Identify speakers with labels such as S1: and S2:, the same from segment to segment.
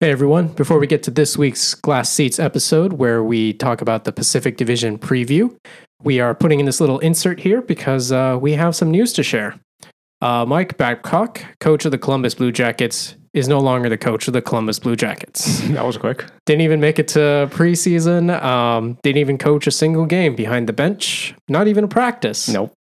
S1: Hey everyone, before we get to this week's Glass Seats episode where we talk about the Pacific Division preview, we are putting in this little insert here because uh, we have some news to share. Uh, Mike Babcock, coach of the Columbus Blue Jackets, is no longer the coach of the Columbus Blue Jackets.
S2: That was quick.
S1: didn't even make it to preseason, um, didn't even coach a single game behind the bench, not even a practice.
S2: Nope.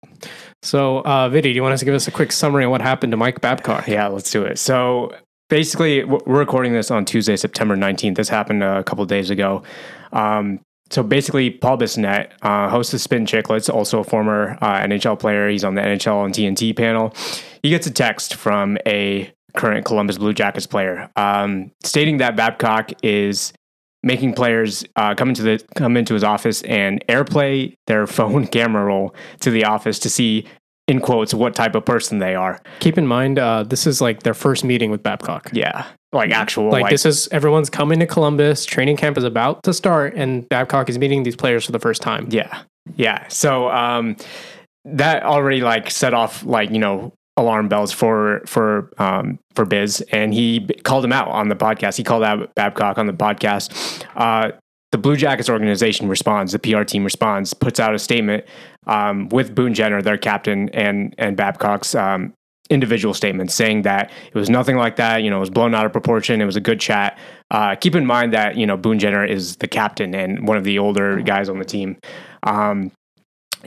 S1: So, uh, Vidi, do you want us to give us a quick summary of what happened to Mike Babcock?
S2: Yeah, let's do it. So basically, w- we're recording this on Tuesday, September 19th. This happened a couple of days ago. Um, so basically, Paul Bissonnette, uh, host of Spin Chicklets, also a former uh, NHL player. He's on the NHL on TNT panel. He gets a text from a current Columbus Blue Jackets player um, stating that Babcock is making players uh, come into the come into his office and airplay their phone camera roll to the office to see, in quotes, what type of person they are.
S1: Keep in mind, uh, this is like their first meeting with Babcock.
S2: Yeah, like actual
S1: Like, this is everyone's coming to Columbus. Training camp is about to start, and Babcock is meeting these players for the first time.
S2: Yeah. Yeah. So um that already like set off like, you know, alarm bells for for um for Biz and he b- called him out on the podcast. He called out Babcock on the podcast. Uh the Blue Jackets organization responds, the PR team responds, puts out a statement um, with Boone Jenner, their captain, and and Babcock's um, individual statements saying that it was nothing like that. You know, it was blown out of proportion. It was a good chat. Uh, keep in mind that you know Boone Jenner is the captain and one of the older guys on the team. Um,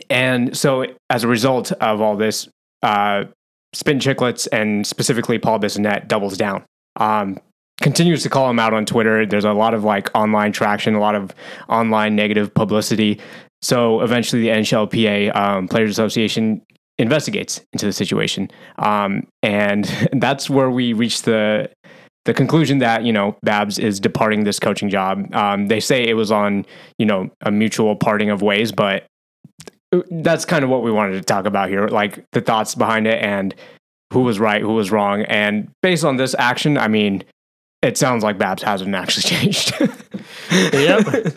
S2: and so, as a result of all this, uh, Spin Chicklets and specifically Paul Bissonnette doubles down. Um, continues to call him out on Twitter. There's a lot of like online traction, a lot of online negative publicity. So eventually, the NHLPA um, Players Association investigates into the situation, um, and that's where we reach the the conclusion that you know Babs is departing this coaching job. Um, they say it was on you know a mutual parting of ways, but that's kind of what we wanted to talk about here, like the thoughts behind it and who was right, who was wrong, and based on this action, I mean. It sounds like Babs hasn't actually changed.
S1: Yep.
S2: Good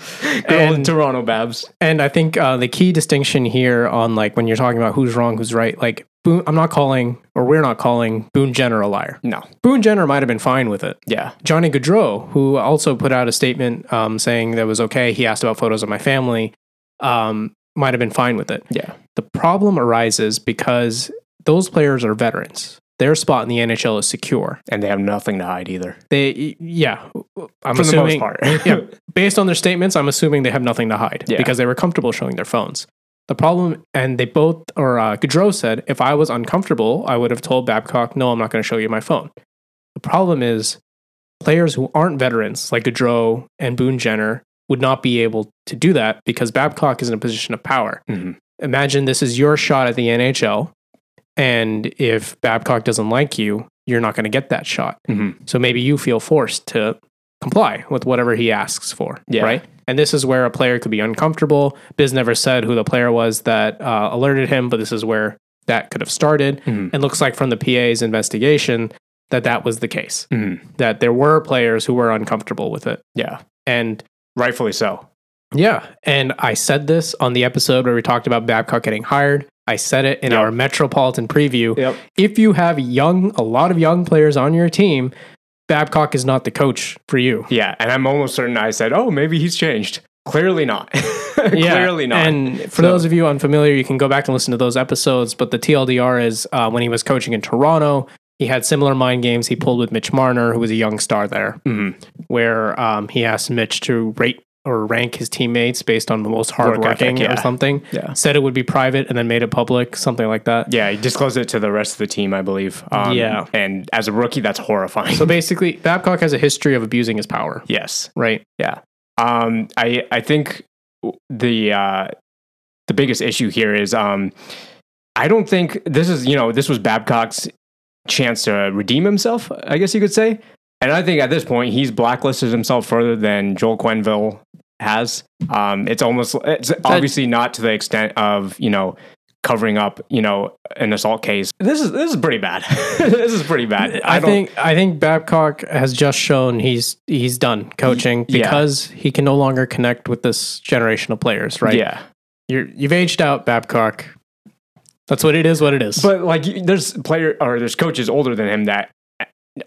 S1: And-
S2: old Toronto Babs.
S1: And I think uh, the key distinction here on like when you're talking about who's wrong, who's right, like Boone, I'm not calling or we're not calling Boone Jenner a liar.
S2: No.
S1: Boone Jenner might have been fine with it.
S2: Yeah.
S1: Johnny Gaudreau, who also put out a statement um, saying that was okay, he asked about photos of my family, um, might have been fine with it.
S2: Yeah.
S1: The problem arises because those players are veterans. Their spot in the NHL is secure.
S2: And they have nothing to hide either.
S1: They, yeah, I'm
S2: For
S1: assuming
S2: the most part.
S1: yeah, based on their statements, I'm assuming they have nothing to hide
S2: Yeah.
S1: because they were comfortable showing their phones. The problem, and they both, or uh, Gaudreau said, if I was uncomfortable, I would have told Babcock, no, I'm not going to show you my phone. The problem is players who aren't veterans, like Gaudreau and Boone Jenner, would not be able to do that because Babcock is in a position of power.
S2: Mhm.
S1: Imagine this is your shot at the NHL, and if Babcock doesn't like you, you're not going to get that shot.
S2: Mhm.
S1: So maybe you feel forced to comply with whatever he asks for,
S2: Yeah.
S1: right? And this is where a player could be uncomfortable. Biz never said who the player was that uh, alerted him, but this is where that could have started.
S2: Mhm.
S1: It looks like from the PA's investigation that that was the case,
S2: Mhm.
S1: that there were players who were uncomfortable with it.
S2: Yeah.
S1: And
S2: Rightfully so.
S1: yeah, and I said this on the episode where we talked about Babcock getting hired. I said it in
S2: Yep.
S1: our Metropolitan preview.
S2: Yep.
S1: If you have young, a lot of young players on your team, Babcock is not the coach for you.
S2: Yeah. And I'm almost certain I said, oh, maybe he's changed. Clearly not. Clearly not.
S1: And for
S2: So-
S1: those of you unfamiliar, you can go back and listen to those episodes. But the TLDR is uh, when he was coaching in Toronto, he had similar mind games. He pulled with Mitch Marner, who was a young star there,
S2: Mhm.
S1: where um, he asked Mitch to rate or rank his teammates based on the most hardworking
S2: ethic,
S1: or
S2: yeah.
S1: something.
S2: Yeah.
S1: Said it would be private and then made it public, something like that.
S2: Yeah. He disclosed it to the rest of the team, I believe. Um,
S1: Yeah.
S2: And as a rookie, that's horrifying.
S1: So basically, Babcock has a history of abusing his power,
S2: yes.
S1: right?
S2: Um, I I think the uh, the biggest issue here is um, I don't think this is you know this was Babcock's chance to redeem himself, I guess you could say. And I think at this point he's blacklisted himself further than Joel Quenville has. Um, it's almost it's obviously not to the extent of you know covering up you know an assault case. This is this is pretty bad. this is pretty bad.
S1: I,
S2: don't-
S1: think I think Babcock has just shown he's he's done coaching
S2: yeah.
S1: because he can no longer connect with this generation of players, right?
S2: yeah.
S1: You're, you've aged out, Babcock. That's what it is. What it is.
S2: But like, you- there's player or there's coaches older than him that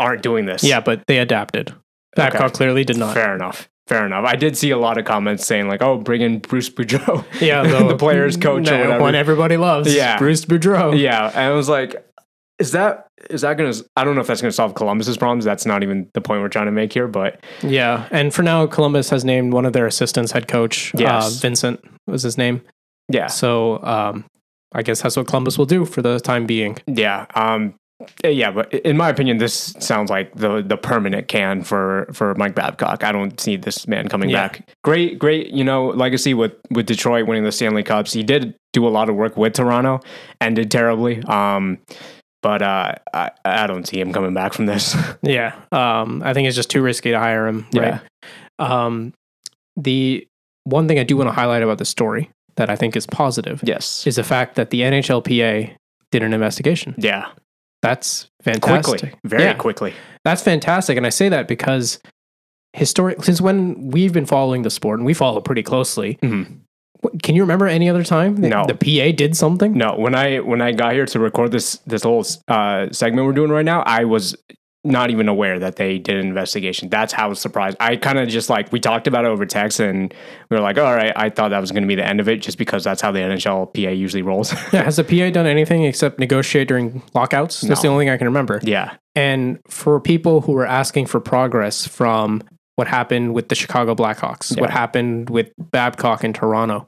S2: aren't doing this.
S1: yeah, but they adapted.
S2: Okay.
S1: Babcock clearly did not.
S2: Fair enough. Fair enough. I did see a lot of comments saying like, "Oh, bring in Bruce Boudreau,
S1: Yeah,
S2: the, players' coach or
S1: no,
S2: whatever."
S1: one everybody loves.
S2: Yeah.
S1: Bruce Boudreau.
S2: Yeah, and I was like, "Is that is that gonna? I don't know if that's gonna solve Columbus's problems. That's not even the point we're trying to make here." But
S1: Yeah, and for now, Columbus has named one of their assistants head coach.
S2: Yes.
S1: Uh, Vincent was his name.
S2: yeah,
S1: So um, I guess that's what Columbus will do for the time being.
S2: yeah, um, yeah. But in my opinion, this sounds like the the permanent can for for Mike Babcock. I don't see this man coming
S1: Yeah.
S2: back. Great, great, you know, legacy with with Detroit winning the Stanley Cups. He did do a lot of work with Toronto, and did terribly. Um, but uh, I I don't see him coming back from this.
S1: Yeah, um, I think it's just too risky to hire him.
S2: Yeah.
S1: Right? Um, the one thing I do want to highlight about this story that I think is positive
S2: yes.
S1: is the fact that the NHLPA did an investigation.
S2: Yeah.
S1: That's fantastic.
S2: Quickly. Very
S1: Yeah.
S2: quickly.
S1: That's fantastic, and I say that because historic since when we've been following the sport and we follow it pretty closely.
S2: Mhm.
S1: wh- Can you remember any other time that
S2: No.
S1: the PA did something?
S2: No, when I when I got here to record this this whole uh, segment we're doing right now, I was not even aware that they did an investigation. That's how surprised. I kind of just like we talked about it over text, and we were like, "All right," I thought that was going to be the end of it, just because that's how the NHLPA usually rolls.
S1: Yeah, has the PA done anything except negotiate during lockouts? That's the
S2: No.
S1: only thing I can remember.
S2: yeah,
S1: And for people who were asking for progress from what happened with the Chicago Blackhawks,
S2: Yeah.
S1: what happened with Babcock in Toronto,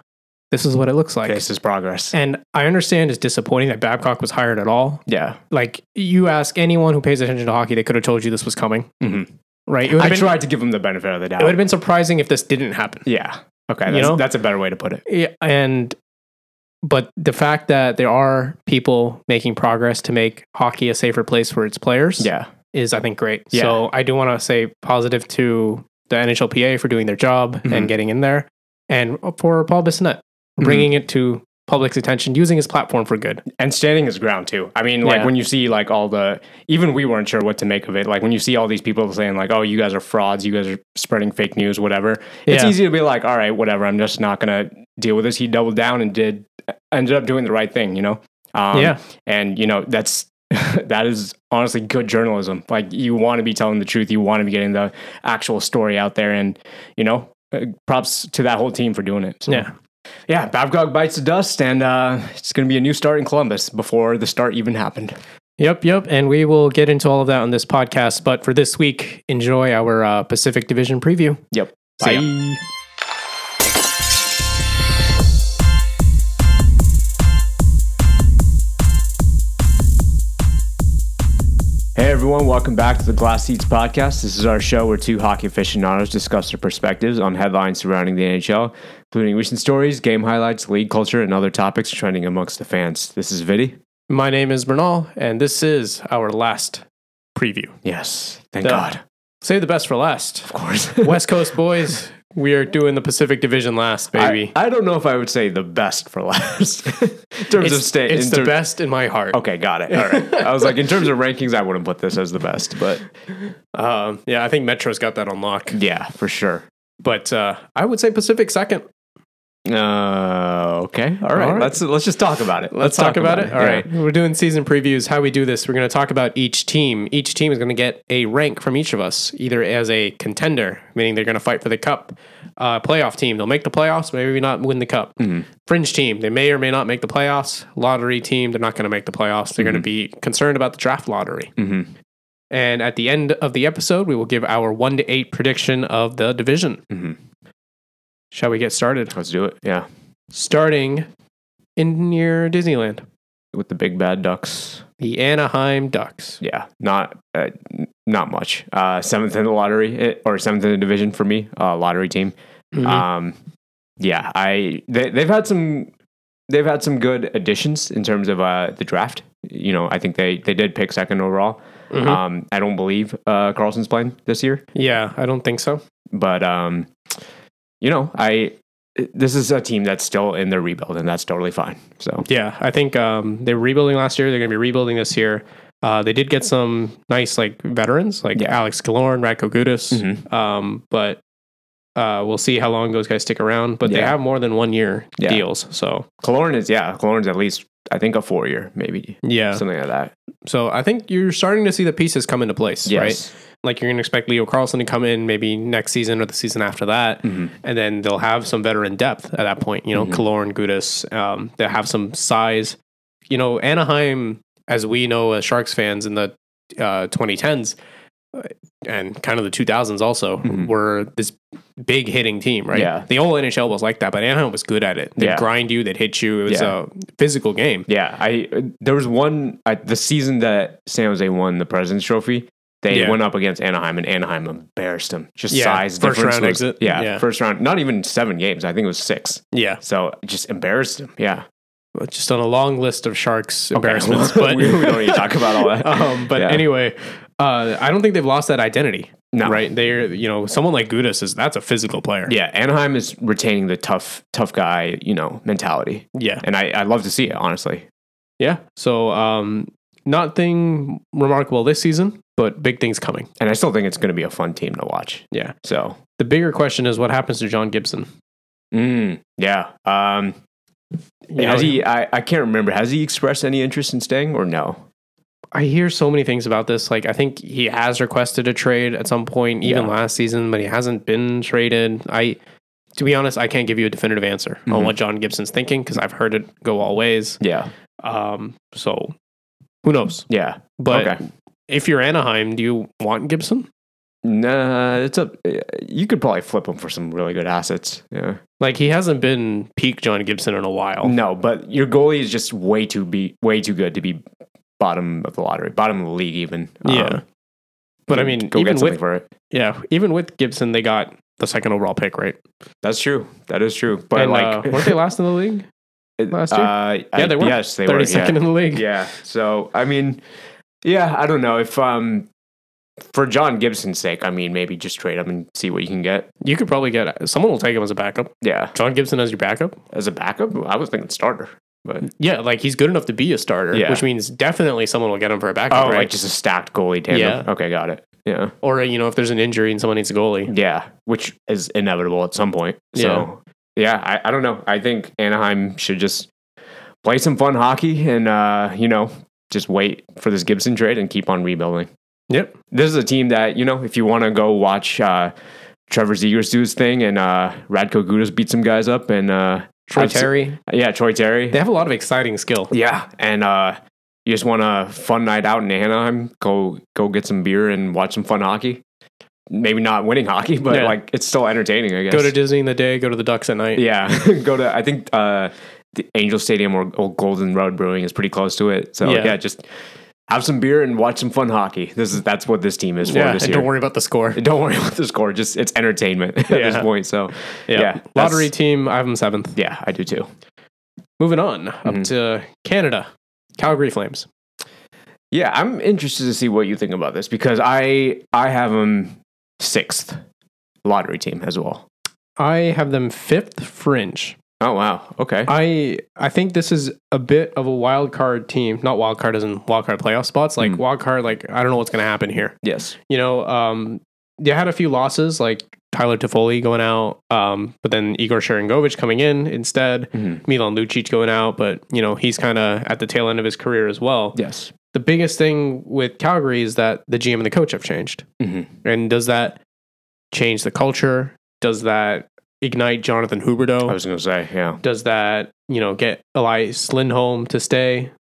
S1: this is what it looks like.
S2: this is progress.
S1: And I understand it's disappointing that Babcock was hired at all.
S2: Yeah,
S1: Like, you ask anyone who pays attention to hockey, they could have told you this was coming,
S2: Mhm.
S1: right? It would
S2: I
S1: have been,
S2: tried to give them the benefit of the
S1: it
S2: doubt.
S1: would have been surprising if this didn't happen.
S2: yeah, okay,
S1: You
S2: that's,
S1: know?
S2: that's a better way to put it.
S1: Yeah, and but the fact that there are people making progress to make hockey a safer place for its players
S2: Yeah,
S1: is I think great.
S2: Yeah.
S1: So I do want to say positive to the NHLPA for doing their job and
S2: Mhm. getting
S1: getting in there, and for Paul Bissonnette bringing it to public's attention, using his platform for good.
S2: and standing his ground too. I mean, like
S1: Yeah.
S2: when you see like all the even we weren't sure what to make of it. Like when you see all these people saying like, "Oh, you guys are frauds. You guys are spreading fake news, whatever." It's
S1: Yeah.
S2: easy to be like, "All right, whatever. I'm just not gonna deal with this." He doubled down and did ended up doing the right thing, you know. Um,
S1: Yeah.
S2: and you know that's that is honestly good journalism. Like you want to be telling the truth. You want to be getting the actual story out there, and you know. uh, Props to that whole team for doing it. So.
S1: Yeah.
S2: Yeah, Babcock bites the dust, and uh, it's going to be a new start in Columbus before the start even happened.
S1: Yep, yep. And we will get into all of that on this podcast. But for this week, enjoy our uh, Pacific Division preview.
S2: Yep.
S1: See ya.
S2: Bye. Hey everyone, welcome back to the Glass Seats Podcast. This is our show where two hockey aficionados discuss their perspectives on headlines surrounding the NHL, including recent stories, game highlights, league culture, and other topics trending amongst the fans. This is Vidi.
S1: My name is Bernal, and this is our last preview.
S2: Yes. Thank
S1: Duh.
S2: God.
S1: Save the best for last.
S2: Of course.
S1: West Coast boys, we are doing the Pacific Division last, baby.
S2: I, I don't know if I would say the best for last in terms
S1: it's
S2: of state.
S1: it's
S2: in
S1: the
S2: ter-
S1: best in my heart.
S2: Okay, got it. All right. I was like, in terms of rankings, I wouldn't put this as the best, but
S1: Um, yeah, I think Metro's got that on lock.
S2: yeah, for sure.
S1: But uh, I would say Pacific second.
S2: Uh, okay. All right.
S1: All right.
S2: Let's let's just talk about it.
S1: Let's talk, about, it. All right. We're doing season previews. How we do this, we're going to talk about each team. Each team is going to get a rank from each of us, either as a contender, meaning they're going to fight for the cup, uh, playoff team. They'll make the playoffs, maybe not win the cup. Fringe team, they may or may not make the playoffs. Lottery team, they're not going to make the playoffs. They're going to be concerned about the draft lottery.
S2: hmm
S1: And at the end of the episode, we will give our one to eight prediction of the division.
S2: Mhm.
S1: Shall we get started?
S2: Let's do it. Yeah,
S1: Starting in near Disneyland,
S2: with the big bad ducks.
S1: the Anaheim Ducks.
S2: Yeah, not uh, n- not much. Uh, seventh in the lottery eh, or seventh in the division for me. Uh, lottery team.
S1: Mm-hmm. Uh,
S2: Um, yeah, I they, they've had some they've had some good additions in terms of uh, the draft. You know, I think they they did pick second overall.
S1: Mhm.
S2: Um, I don't believe uh, Carlson's playing this year,
S1: yeah, I don't think so.
S2: but um, you know, I this is a team that's still in their rebuild, and that's totally fine. So
S1: Yeah, I think um, they were rebuilding last year. They're going to be rebuilding this year. Uh, they did get some nice like veterans like
S2: Yeah.
S1: Alex Killorn, Radko Gudas,
S2: Mhm.
S1: um, but uh, we'll see how long those guys stick around. But they
S2: Yeah.
S1: have more than one year
S2: Yeah.
S1: deals, so
S2: Kaloran is yeah, Kaloran's at least I think a four year maybe
S1: yeah.
S2: something like that.
S1: So I think you're starting to see the pieces come into place,
S2: Yes.
S1: right? Like you're going to expect Leo Carlson to come in maybe next season or the season after that, and then they'll have some veteran depth at that point. You know,
S2: Mhm.
S1: Kaloran, Gudis, um, they'll have some size. You know, Anaheim, as we know as Sharks fans in the uh, 2010s uh, and kind of the 2000s also
S2: Mhm.
S1: were this big hitting team, right?
S2: Yeah.
S1: The whole NHL was like that, but Anaheim was good at it. They'd
S2: Yeah.
S1: grind you, they'd hit you. It was
S2: Yeah.
S1: a physical game.
S2: Yeah, I uh, there was one I, the season that San Jose won the President's Trophy. They
S1: Yeah.
S2: went up against Anaheim, and Anaheim embarrassed them. Just
S1: Yeah,
S2: size
S1: first
S2: difference
S1: round
S2: was-
S1: exit.
S2: Yeah,
S1: Yeah.
S2: first round. Not even seven games. I think it was six.
S1: Yeah.
S2: So just embarrassed them. Yeah,
S1: just on a long list of sharks
S2: Okay,
S1: embarrassments.
S2: well,
S1: but
S2: we, we don't need to talk about all that.
S1: um, but
S2: Yeah.
S1: anyway, uh, I don't think they've lost that identity.
S2: No.
S1: right? They're you know someone like Gudis is that's a physical player.
S2: yeah, Anaheim is retaining the tough, tough guy, you know, mentality,
S1: yeah,
S2: and I, I love to see it. Honestly,
S1: yeah. So um, nothing remarkable this season, but big things coming.
S2: and I still think it's going to be a fun team to watch.
S1: Yeah.
S2: So,
S1: The bigger question is what happens to John Gibson.
S2: mm, yeah. Um,
S1: You know,
S2: has he? I, I can't remember. Has he expressed any interest in staying or no?
S1: I hear so many things about this. Like I think he has requested a trade at some point, even
S2: Yeah.
S1: last season, but he hasn't been traded. I, to be honest, I can't give you a definitive answer on
S2: Mhm.
S1: what John Gibson's thinking because I've heard it go all ways.
S2: Yeah.
S1: Um, so who knows?
S2: Yeah.
S1: But
S2: okay.
S1: if you're Anaheim, do you want Gibson?
S2: Nah, it's a. You could probably flip him for some really good assets. Yeah.
S1: Like he hasn't been peak John Gibson in a while.
S2: No, but your goalie is just way too be way too good to be bottom of the lottery, bottom of the league even. um,
S1: Yeah. Um, But I mean,
S2: go
S1: even
S2: get something
S1: with
S2: for it.
S1: yeah, even with Gibson, they got the second overall pick, right?
S2: That's true. That is true. But
S1: And,
S2: like,
S1: uh, weren't they last in the league? last year?
S2: Uh,
S1: Yeah, they were.
S2: Yes, they
S1: Thirty
S2: were.
S1: second in the league.
S2: Yeah. yeah. So I mean, yeah, I don't know if um for John Gibson's sake, I mean, maybe just trade him and see what you can get.
S1: You could probably get someone will take him as a backup.
S2: Yeah,
S1: John Gibson as your backup.
S2: as a backup, I was thinking starter, but
S1: Yeah, like he's good enough to be a starter,
S2: Yeah.
S1: which means definitely someone will get him for a backup,
S2: oh,
S1: right?
S2: like just a stacked goalie tandem.
S1: Yeah.
S2: Okay, got it. Yeah,
S1: or you know, if there's an injury and someone needs a goalie,
S2: yeah, which is inevitable at some point. So yeah, I, I don't know. I think Anaheim should just play some fun hockey and uh, you know just wait for this Gibson trade and keep on rebuilding.
S1: yep,
S2: this is a team that you know if you want to go watch uh, Trevor Zegers do his thing and uh, Radko Gudas beat some guys up and uh,
S1: Troy
S2: I've se-
S1: Terry.
S2: yeah, Troy Terry,
S1: They have a lot of exciting skill.
S2: yeah, and uh, you just want a fun night out in Anaheim, go go get some beer and watch some fun hockey. Maybe not winning hockey, but
S1: Yeah.
S2: like it's still entertaining. I guess.
S1: Go to Disney in the day, go to the Ducks at night.
S2: yeah, go to I think uh, the Angel Stadium or, or Golden Road Brewing is pretty close to it. So
S1: Yeah.
S2: yeah, just have some beer and watch some fun hockey. This is that's what this team is for
S1: Yeah,
S2: this
S1: and
S2: year.
S1: don't worry about the score.
S2: Don't worry about the score. Just it's entertainment at this
S1: Yeah.
S2: point. So
S1: Yeah,
S2: yeah, that's-
S1: lottery team. I have them seventh.
S2: Yeah, I do too.
S1: Moving on up
S2: Mhm.
S1: to Canada, Calgary Flames.
S2: Yeah, I'm interested to see what you think about this because I I have them sixth lottery team as well.
S1: I have them fifth fringe.
S2: Oh wow. Okay.
S1: I I think this is a bit of a wild card team. Not wild card as in wild card playoff spots. Like
S2: Mm.
S1: wild card, like I don't know what's gonna happen here.
S2: yes.
S1: You know, um, they had a few losses, like Tyler Toffoli going out, um, but then Igor Sharangovich coming in instead.
S2: Mhm.
S1: Milan Lucic going out, but you know he's kind of at the tail end of his career as well.
S2: Yes.
S1: The biggest thing with Calgary is that the GM and the coach have changed.
S2: Mhm.
S1: And does that change the culture? Does that ignite Jonathan Huberdeau?
S2: I was gonna say yeah.
S1: does that you know get Elias Lindholm to stay?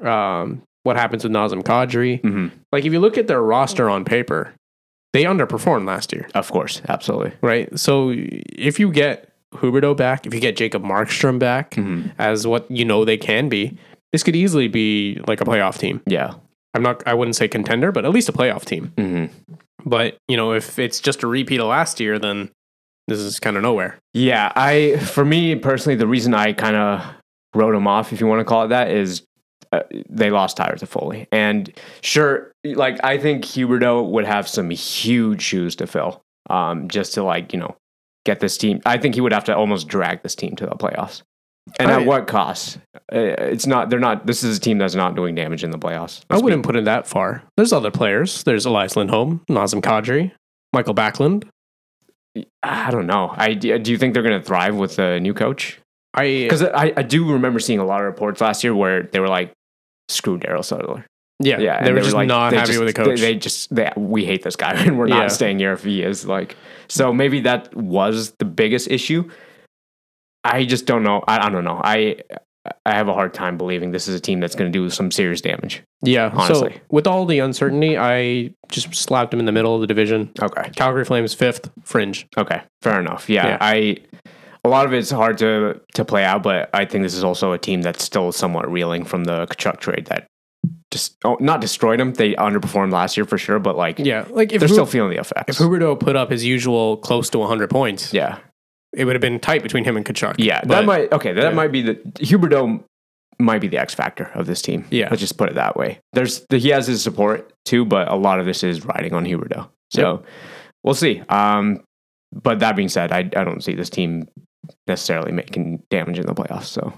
S1: Um, what happens with Nazem Kadri?
S2: hmm
S1: Like if you look at their roster on paper, they underperformed last year,
S2: Of course. Absolutely.
S1: right? So if you get Huberto back, if you get Jacob Markstrom back
S2: hmm
S1: as what you know they can be, this could easily be like a playoff team.
S2: Yeah.
S1: I'm not I wouldn't say contender, but at least a playoff team.
S2: hmm
S1: But, you know, if it's just a repeat of last year, then this is kind of nowhere.
S2: Yeah, I for me personally, the reason I kind of wrote them off, if you want to call it that, is uh, they lost Tyler to Foley, and sure, like I think Huberto would have some huge shoes to fill, um, just to like you know get this team. I think he would have to almost drag this team to the playoffs, and
S1: I-
S2: at what cost? Uh, It's not. They're not. This is a team that's not doing damage in the playoffs.
S1: I wouldn't put it that far. There's other players. There's Elias Lindholm, Nazem Kadri, Michael Backlund.
S2: I don't know. I do you think they're going to thrive with the new coach?
S1: I
S2: Because I, I do remember seeing a lot of reports last year where they were like, screw Daryl Sutter.
S1: Yeah,
S2: Yeah, and
S1: they were
S2: were
S1: just
S2: like-
S1: not
S2: they
S1: happy
S2: just-
S1: with the
S2: they-
S1: coach.
S2: They, just they, we hate this guy, and we're not
S1: Yeah.
S2: staying here if he is like. So maybe that was the biggest issue. I just don't know. I, I don't know. I I have a hard time believing this is a team that's going to do some serious damage.
S1: yeah, so
S2: honestly.
S1: with all the uncertainty, I just slapped them in the middle of the division.
S2: Okay.
S1: Calgary Flames fifth, fringe.
S2: Okay. Fair enough. Yeah.
S1: Yeah.
S2: I. A lot of it's hard to to play out, but I think this is also a team that's still somewhat reeling from the Kachuk trade that just oh, not destroyed them. They underperformed last year for sure, but like
S1: Yeah, like if
S2: they're
S1: Hu-
S2: still feeling the effects.
S1: if Huberto put up his usual close to 100 points,
S2: yeah.
S1: it would have been tight between him and Kachuk.
S2: Yeah,
S1: but-
S2: that might okay. That
S1: yeah.
S2: might be the Huberto might be the X factor of this team.
S1: Yeah.
S2: let's just put it that way. There's he has his support too, but a lot of this is riding on Huberto. So we'll see. Um, but that being said, I I don't see this team necessarily making damage in the playoffs. So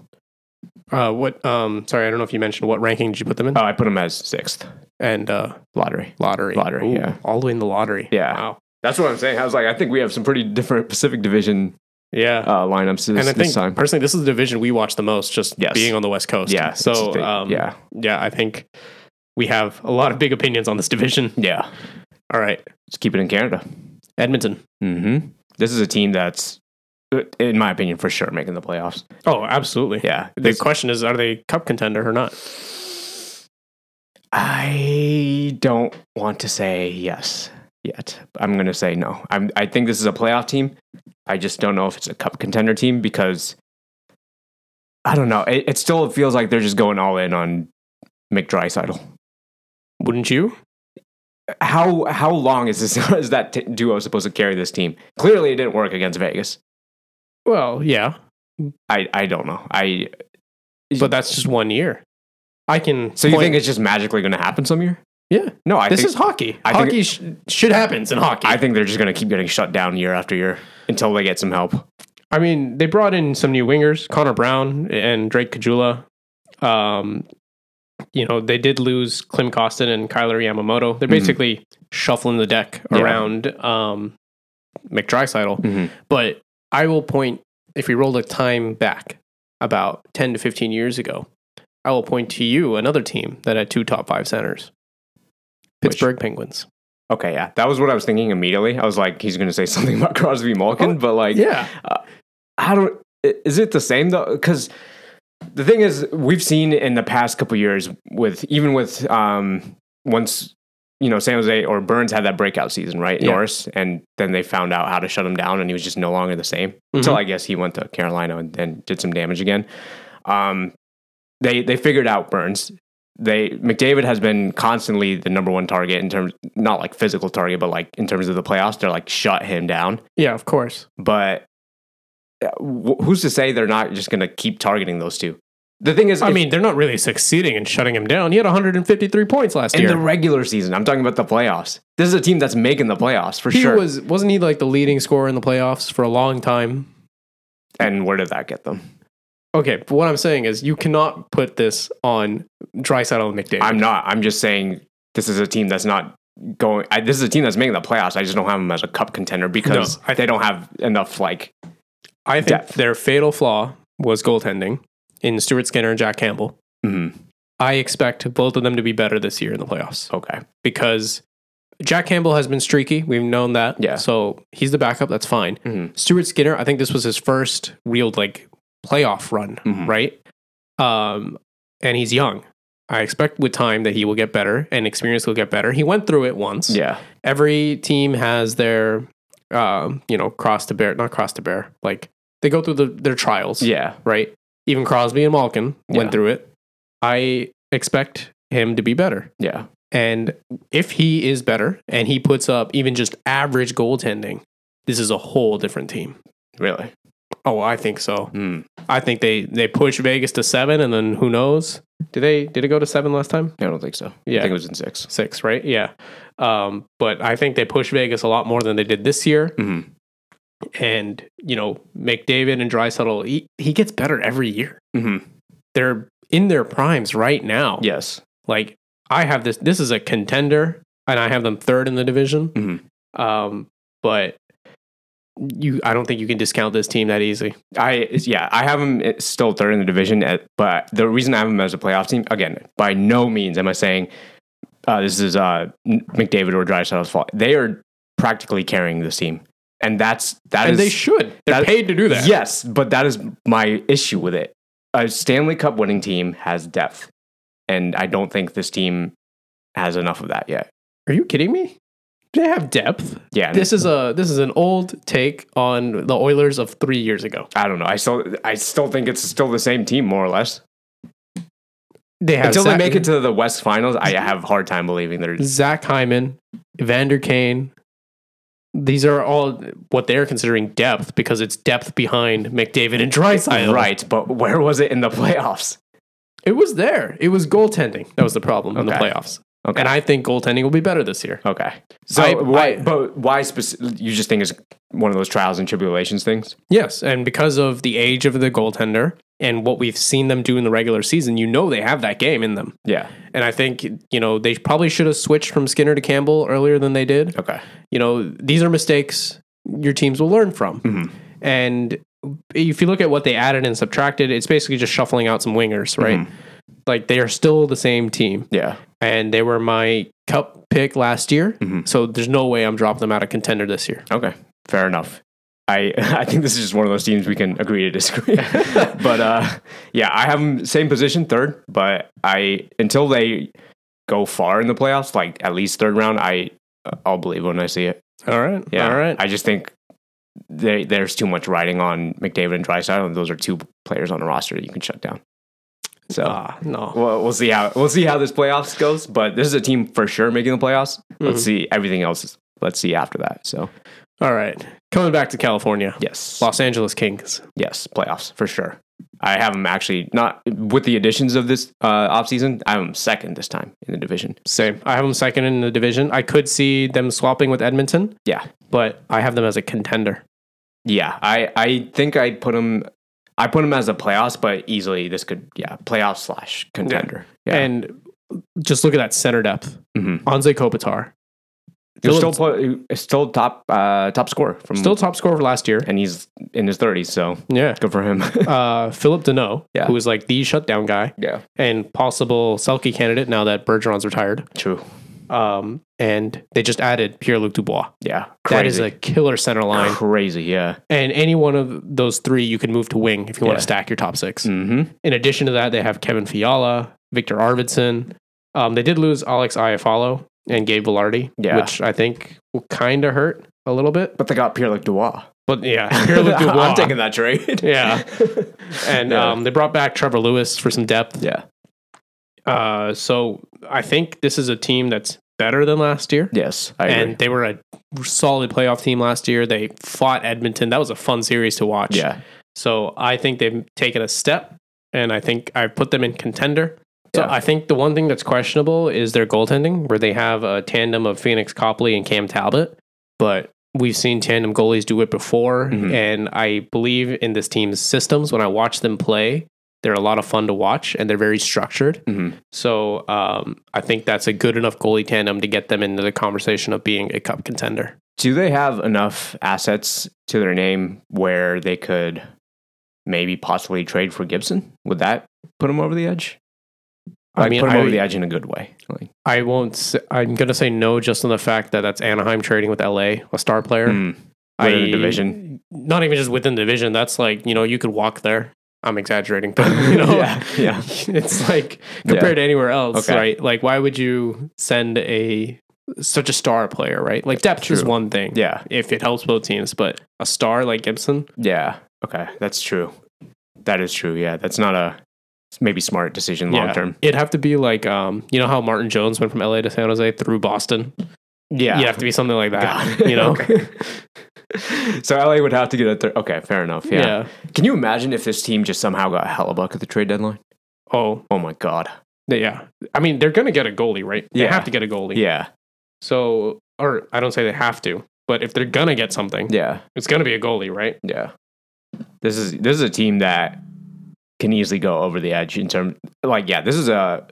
S1: Uh, what? Um, sorry, I don't know if you mentioned what ranking did you put them in?
S2: oh, I put them as sixth
S1: and uh,
S2: lottery.
S1: lottery,
S2: Lottery, yeah.
S1: all the way in the lottery.
S2: Yeah.
S1: wow.
S2: That's what I'm saying. I was like, I think we have some pretty different Pacific Division
S1: yeah.
S2: uh, lineups this,
S1: and I
S2: this
S1: think
S2: time.
S1: personally, this is the division we watch the most, just
S2: Yes.
S1: being on the West Coast.
S2: Yeah, it's
S1: So,
S2: the-
S1: um, yeah,
S2: yeah,
S1: yeah, I think we have a lot of big opinions on this division.
S2: yeah.
S1: All right,
S2: Let's keep it in Canada.
S1: Edmonton.
S2: Mm-hmm. This is a team that's, in my opinion, for sure making the playoffs.
S1: Oh, absolutely.
S2: Yeah,
S1: The
S2: This-
S1: question is, are they cup contender or not?
S2: I don't want to say yes yet. I'm going to say no. I'm. I think this is a playoff team. I just don't know if it's a cup contender team because I don't know. It, it still feels like they're just going all in on McDrysidle.
S1: Wouldn't you?
S2: How how long is this? Is that t- duo supposed to carry this team? Clearly, it didn't work against Vegas.
S1: Well, yeah,
S2: I I don't know. I
S1: but that's just one year. I can.
S2: so you
S1: point-
S2: think it's just magically going to happen some year?
S1: Yeah.
S2: No, I
S1: this
S2: think,
S1: is hockey.
S2: I think-
S1: hockey sh- shit happens in hockey.
S2: I think they're just going to keep getting shut down year after year until they get some help.
S1: I mean, they brought in some new wingers, Connor Brown and Drake Kajula. Um, you know, they did lose Clem Costin and Kyler Yamamoto. They're
S2: Mhm.
S1: basically shuffling the deck
S2: Yeah.
S1: around um, McDrysidle.
S2: Mm-hmm.
S1: But I will point, if we roll the time back about 10 to 15 years ago, I will point to you another team that had two top five centers
S2: Which-
S1: Pittsburgh Penguins.
S2: Okay, yeah, that was what I was thinking immediately. I was like, he's going to say something about Crosby Malkin,
S1: Oh,
S2: but like,
S1: Yeah.
S2: I don't. i- Is it the same though? Because the thing is, we've seen in the past couple years with even with um once you know San Jose or Burns had that breakout season, right?
S1: Yeah.
S2: Norris, and then they found out how to shut him down, and he was just no longer the same. Until I guess he went to Carolina and, and did some damage again. Um, they they figured out Burns. They McDavid has been constantly the number one target in terms, not like physical target, but like in terms of the playoffs. They're like shut him down
S1: Yeah, of course.
S2: but uh, wh- who's to say they're not just going to keep targeting those two? The thing is,
S1: I
S2: if-
S1: mean, they're not really succeeding in shutting him down. He had 153 points last
S2: in
S1: year.
S2: the regular season, I'm talking about the playoffs. This is a team that's making the playoffs for
S1: he
S2: sure.
S1: was wasn't he like the leading scorer in the playoffs for a long time?
S2: and where did that get them?
S1: Okay, but what I'm saying is you cannot put this on Drysaddle and McDavid.
S2: I'm not. I'm just saying this is a team that's not going. I, this is a team that's making the playoffs. I just don't have them as a cup contender because
S1: I-
S2: they don't have enough. Like,
S1: I think
S2: depth.
S1: their fatal flaw was goaltending in Stuart Skinner and Jack Campbell. Mm-hmm.
S2: mhm,
S1: I expect both of them to be better this year in the playoffs
S2: okay,
S1: because Jack Campbell has been streaky. We've known that.
S2: Yeah.
S1: So he's the backup. That's fine.
S2: Mhm.
S1: Stuart Skinner, I think this was his first real like playoff run,
S2: Mhm.
S1: right? Um, and he's young. I expect with time that he will get better and experience will get better. He went through it once.
S2: yeah,
S1: Every team has their, um, you know, cross to bear, not cross to bear. Like they go through the, their trials
S2: yeah.
S1: right? Even Crosby and Malkin
S2: Yeah.
S1: went through it. I expect him to be better.
S2: Yeah,
S1: And if he is better and he puts up even just average goaltending, this is a whole different team.
S2: really.
S1: Oh, I think so.
S2: Mm,
S1: I think they they push Vegas to seven, and then who knows? Did they did it go to seven last time?
S2: I don't think so.
S1: Yeah.
S2: I think it was in 6
S1: Six, right? Yeah. Um, but I think they push Vegas a lot more than they did this year.
S2: Mhm.
S1: And you know, McDavid and Drysaddle, he, he gets better every year.
S2: Mhm.
S1: They're in their primes right now.
S2: Yes.
S1: Like I have this. This is a contender, and I have them third in the division.
S2: Mm-hmm.
S1: Um, but you, I don't think you can discount this team that easy.
S2: I yeah, I have eh, them it's eh, still third in the division, at, but the reason I have them as a playoff team again, by no means am I saying uh, this is uh, McDavid or Drysdale's fault. They are practically carrying this team, and that's that
S1: and
S2: is-
S1: they should. They're
S2: that-
S1: paid to do that.
S2: Yes, but that is my issue with it. A Stanley Cup winning team has depth, and I don't think this team has enough of that yet.
S1: Are you kidding me? They have depth.
S2: Yeah, and
S1: This is a this is an old take on the Oilers of three years ago.
S2: I don't know. I still, I still think it's still the same team more or less.
S1: They have
S2: Until
S1: Zach-
S2: they make it to the West Finals, I have a hard time believing they're.
S1: Zach Hyman, Evander Kane. These are all what they're considering depth because it's depth behind McDavid and Drysdale.
S2: Right, but where was it in the playoffs?
S1: It was there. It was goaltending. That was the problem in the
S2: Okay.
S1: playoffs.
S2: Okay.
S1: And I think goaltending will be better this year.
S2: Okay. So
S1: I-
S2: why?
S1: I-
S2: but why? Speci- you just think it's one of those trials and tribulations things?
S1: Yes, and because of the age of the goaltender and what we've seen them do in the regular season, you know they have that game in them.
S2: Yeah.
S1: And I think, you know, they probably should have switched from Skinner to Campbell earlier than they did.
S2: Okay.
S1: You know, these are mistakes your teams will learn from.
S2: Mhm.
S1: And if you look at what they added and subtracted, it's basically just shuffling out some wingers, right?
S2: Mm-hmm.
S1: Like they are still the same team.
S2: Yeah.
S1: And they were my cup pick last year.
S2: Mhm.
S1: So there's no way I'm dropping them out of contender this year.
S2: Okay. Fair enough. I I think this is just one of those teams we can agree to disagree. but uh, yeah, I have them same position third, but I until they go far in the playoffs, like at least third round, I I'll believe when I see it.
S1: All right.
S2: Yeah.
S1: All right.
S2: I just think they, there's too much riding on McDavid and Drysdale, and those are two players on the roster that you can shut down. So.
S1: Ah, no.
S2: Well, we'll see how we'll see how this playoffs goes, but this is a team for sure making the playoffs. Let's see everything else. Let's see after that. So
S1: All right. Coming back to California,
S2: yes,
S1: Los Angeles Kings.
S2: yes, playoffs for sure. I have them actually not with the additions of this uh, offseason. I am second this time in the division.
S1: Same. I have them second in the division. I could see them swapping with Edmonton,
S2: Yeah,
S1: but I have them as a contender.
S2: yeah. I I think I put them. I put them as a playoffs, but easily this could yeah playoff slash contender. Yeah,
S1: And just look at that center depth.
S2: Mhm.
S1: Anze Kopitar.
S2: They're still
S1: Phillips-
S2: put, still top uh, top scorer from
S1: Still top scorer last year.
S2: and he's in his thirties, so
S1: Yeah.
S2: good for him.
S1: Uh, Philip Deneau,
S2: Yeah.
S1: who was like the shutdown guy
S2: yeah,
S1: and possible Selkie candidate now that Bergeron's retired.
S2: true.
S1: Um, and they just added Pierre Luc Dubois.
S2: Yeah,
S1: That is a killer center line.
S2: Crazy, yeah.
S1: and any one of those three, you can move to wing if you want
S2: Yeah.
S1: to stack your top six.
S2: Mm-hmm.
S1: In addition to that, they have Kevin Fiala, Victor Arvidsson. Um, they did lose Alex Iafallo and Gabe Velarde,
S2: Yeah.
S1: which I think will kind of hurt a little bit.
S2: But they got Pierre Luc Dubois.
S1: But yeah, Pierre Luc Dubois.
S2: I'm taking that trade.
S1: Yeah. and
S2: Yeah.
S1: um, they brought back Trevor Lewis for some depth.
S2: yeah.
S1: Uh, so I think this is a team that's better than last year.
S2: Yes, I agree.
S1: And they were a solid playoff team last year. They fought Edmonton. That was a fun series to watch.
S2: yeah,
S1: So I think they've taken a step, and I think I put them in contender. So
S2: Yeah.
S1: I think the one thing that's questionable is their goaltending, where they have a tandem of Phoenix Copley and Cam Talbot, but we've seen tandem goalies do it before,
S2: Mhm.
S1: and I believe in this team's systems. When I watch them play, they're a lot of fun to watch, and they're very structured.
S2: Mhm.
S1: So um, I think that's a good enough goalie tandem to get them into the conversation of being a cup contender.
S2: Do they have enough assets to their name where they could maybe possibly trade for Gibson? Would that put them over the edge? Like,
S1: I mean,
S2: put them
S1: I,
S2: over the edge in a good way. Like,
S1: I won't. Say, I'm gonna say no, just on the fact that that's Anaheim trading with LA, a star player.
S2: mm, within
S1: I-
S2: the division.
S1: Not even just within the division. That's like you know you could walk there. I'm exaggerating, but you know,
S2: yeah, yeah.
S1: it's like compared to anywhere else,
S2: Okay.
S1: right? Like, why would you send a such a star player, right? Like depth is
S2: True.
S1: one thing,
S2: yeah,
S1: if it helps both teams, but a star like Gibson,
S2: Yeah. Okay. That's true. That is true. Yeah. That's not a it's maybe smart decision long
S1: yeah,
S2: term.
S1: it'd have to be like um, you know how Martin Jones went from LA to San Jose through Boston.
S2: Yeah.
S1: You'd have to be something like that,
S2: God.
S1: you know?
S2: Okay. So LA would have to get a third. Okay, fair enough. Yeah.
S1: yeah.
S2: Can you imagine if this team just somehow got Hellebuck at the trade deadline?
S1: Oh,
S2: Oh my god.
S1: Yeah. I mean, they're going to get a goalie, right? They
S2: Yeah.
S1: have to get a goalie.
S2: Yeah.
S1: So, or I don't say they have to, but if they're going to get something,
S2: Yeah.
S1: it's going to be a goalie, right?
S2: Yeah. This is this is a team that can easily go over the edge in terms like yeah, this is a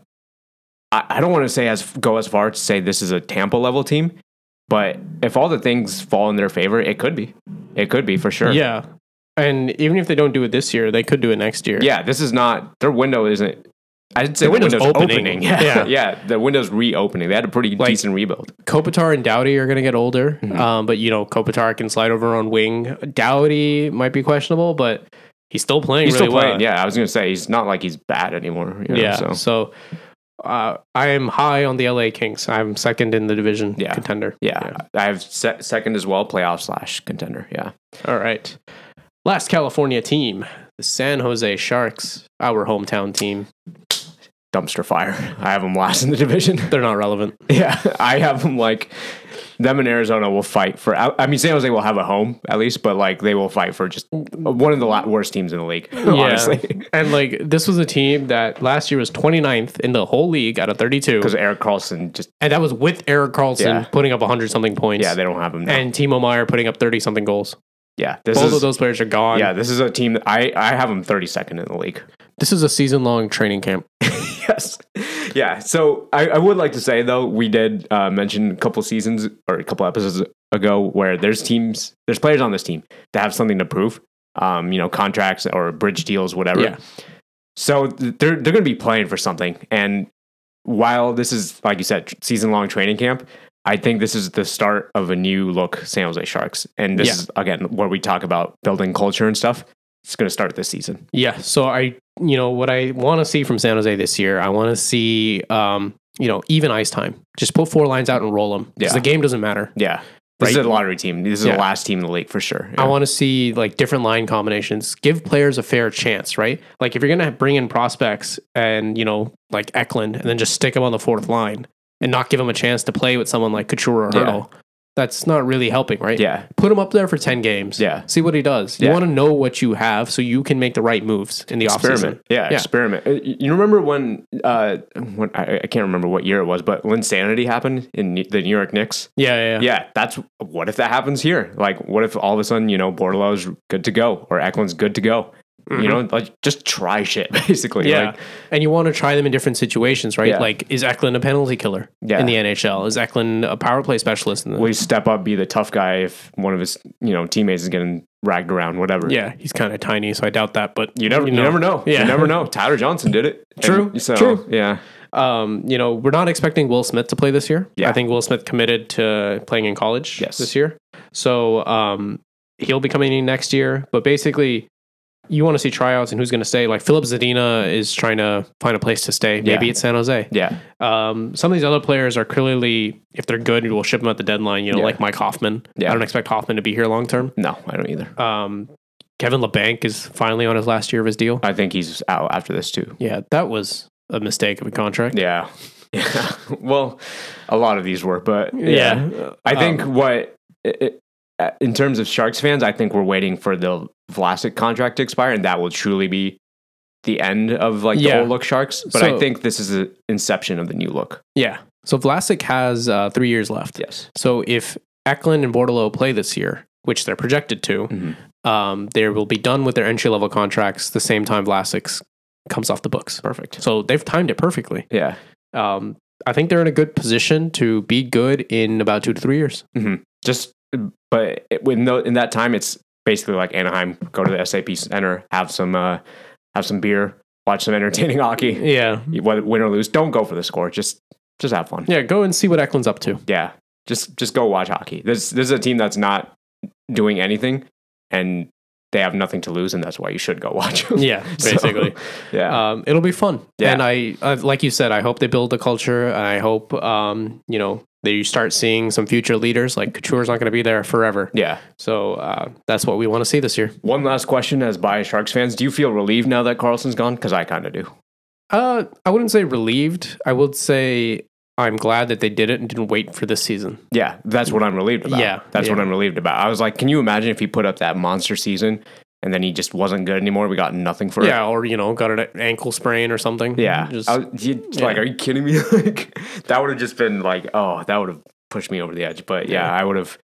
S2: I, I don't want to say as go as far to say this is a Tampa level team, but if all the things fall in their favor, it could be. It could be for sure.
S1: Yeah. And even if they don't do it this year, they could do it next year.
S2: Yeah, this is not their window isn't I'd say
S3: The
S2: the
S3: window's
S2: window's,
S3: opening.
S2: opening.
S3: Yeah.
S2: yeah, the window's reopening. They had a pretty
S1: Like-
S2: decent rebuild.
S1: Kopitar and Dowdy are going to get older,
S2: Mm-hmm.
S1: um, but you know Kopitar can slide over on wing. Dowdy might be questionable, but he's still playing.
S2: He's
S1: really
S2: still playing.
S1: well.
S2: Yeah, I was gonna say he's not like he's bad anymore. you know,
S1: yeah.
S2: so.
S1: So, uh, I am high on the LA Kings. I'm second in the division
S2: Yeah.
S1: contender.
S2: Yeah, I have se- second as well, playoff slash contender. Yeah,
S1: All right. Last California team, the San Jose Sharks, our hometown team.
S2: dumpster fire. I have them last in the division.
S1: They're not relevant.
S2: yeah, I have them like them in Arizona will fight for. I, I mean, San Jose will have a home at least, but like they will fight for just one of the la- worst teams in the league. Honestly,
S1: And like this was a team that last year was 29th in the whole league out of 32.
S2: because Eric Carlson just
S1: And that was with Eric Carlson
S2: Yeah.
S1: putting up 100 something points.
S2: yeah they don't have him now.
S1: and Timo Meyer putting up 30 something goals.
S2: yeah, this
S1: Both
S2: is
S1: of those players are gone.
S2: yeah this is a team that I I have them thirty second in the league.
S1: This is a season long training camp.
S2: yes. Yeah. So I, I would like to say though, we did uh, mention a couple seasons or a couple episodes ago where there's teams, there's players on this team that have something to prove. Um, you know, contracts or bridge deals, whatever.
S1: Yeah.
S2: So th- they're they're going to be playing for something. And while this is like you said, season long training camp. I think this is the start of a new look San Jose Sharks. And this
S1: Yeah.
S2: is, again, where we talk about building culture and stuff. It's going to start this season.
S1: Yeah. So I, you know, what I want to see from San Jose this year, I want to see, um, you know, even ice time. Just put four lines out and roll them.
S2: Yeah.
S1: The game doesn't matter.
S2: Yeah. This is
S1: Right.
S2: a lottery team. This is
S1: Yeah.
S2: the last team in the league for sure.
S1: I want to see like different line combinations. Give players a fair chance, right? Like if you're gonna bring in prospects and you know like Eklund and then just stick them on the fourth line and not give them a chance to play with someone like Couture or
S2: Yeah.
S1: Hurdle, that's not really helping, right?
S2: Yeah.
S1: Put him up there for ten games.
S2: Yeah.
S1: See what he does. You
S2: Yeah.
S1: want to know what you have so you can make the right moves in the offseason.
S2: Experiment. Yeah,
S1: Yeah.
S2: experiment. Uh, y- You remember when, uh, when I, I can't remember what year it was, but when sanity happened in New- the New York Knicks?
S1: Yeah, yeah, yeah.
S2: Yeah, that's what if that happens here? Like, what if all of a sudden, you know, Bordelo's good to go or Eklund's good to go? You know, like just try shit basically.
S1: Mm-hmm. Yeah.
S2: Like,
S1: and you want to try them in different situations, right?
S2: Yeah.
S1: Like, is Eklund a penalty killer
S2: Yeah.
S1: in the NHL? Is Eklund a power play specialist in the
S2: will he step up, be the tough guy if one of his, you know, teammates is getting ragged around, whatever?
S1: Yeah, he's kind of tiny, so I doubt that. But
S2: You never, you, never know.
S1: Yeah.
S2: You never know. Tyler Johnson did it.
S1: True,
S2: And so,
S1: true.
S2: Yeah.
S1: um, you know, we're not expecting Will Smith to play this year.
S2: Yeah.
S1: I think Will Smith committed to playing in college
S2: Yes.
S1: this year, so um, he'll be coming in next year. But basically, you want to see tryouts and who's going to stay. Like Philip Zadina is trying to find a place to stay. Maybe
S2: Yeah.
S1: it's San Jose.
S2: Yeah.
S1: Um, some of these other players are clearly, if they're good, we'll ship them at the deadline. You know,
S2: Yeah.
S1: like Mike Hoffman.
S2: Yeah.
S1: I don't expect Hoffman to be here long term.
S2: No, I don't either.
S1: Um, Kevin LeBanc is finally on his last year of his deal.
S2: I think he's out after this too.
S1: Yeah, that was a mistake of a contract.
S2: Yeah. Yeah. well, a lot of these were, but yeah.
S1: Yeah. Um,
S2: I think what, i i uh, in terms of Sharks fans, I think we're waiting for the Vlasic contract to expire, and that will truly be the end of like
S1: Yeah.
S2: the old look Sharks. But
S1: So-
S2: I think this is the inception of the new look.
S1: Yeah. So Vlasic has uh, three years left.
S2: Yes.
S1: So if Eklund and Bordelot play this year, which they're projected to,
S2: Mhm.
S1: um, they will be done with their entry level contracts the same time Vlasic's comes off the books.
S2: Perfect.
S1: So they've timed it perfectly.
S2: Yeah.
S1: Um, I think they're in a good position to be good in about two to three years.
S2: Just, but it, when tho- in that time, it's basically like Anaheim, go to the SAP Center, have some, uh, have some beer, watch some entertaining hockey.
S1: Yeah.
S2: You- whether win or lose, don't go for the score. Just just have fun. Yeah.
S1: Yeah. Go and see what Eklund's up to.
S2: Just just go watch hockey. This this is a team that's not doing anything and they have nothing to lose and that's why you should go watch them.
S1: Yeah.
S2: So,
S1: Basically.
S2: yeah.
S1: um, it'll be fun.
S2: Yeah.
S1: And I, I, like you said, I hope they build the culture. And I hope, um, you know, that you start seeing some future leaders. Like Couture's not going to be there forever.
S2: yeah.
S1: So uh, that's what we want to see this year.
S2: One last question as Bias Sharks fans, do you feel relieved now that Carlson's gone? Cuz I kind of do.
S1: Uh, I wouldn't say relieved. I would say I'm glad that they did it and didn't wait for this season.
S2: Yeah, that's what I'm relieved about.
S1: Yeah,
S2: That's
S1: yeah.
S2: what I'm relieved about. I was like, can you imagine if he put up that monster season and then he just wasn't good anymore? We got nothing for it.
S1: Yeah, or you know, got an ankle sprain or something.
S2: Yeah.
S1: Just,
S2: I was- you- Like, are you kidding me? like, that would have just been like, oh, that would have pushed me over the edge. But yeah,
S1: Yeah.
S2: I would have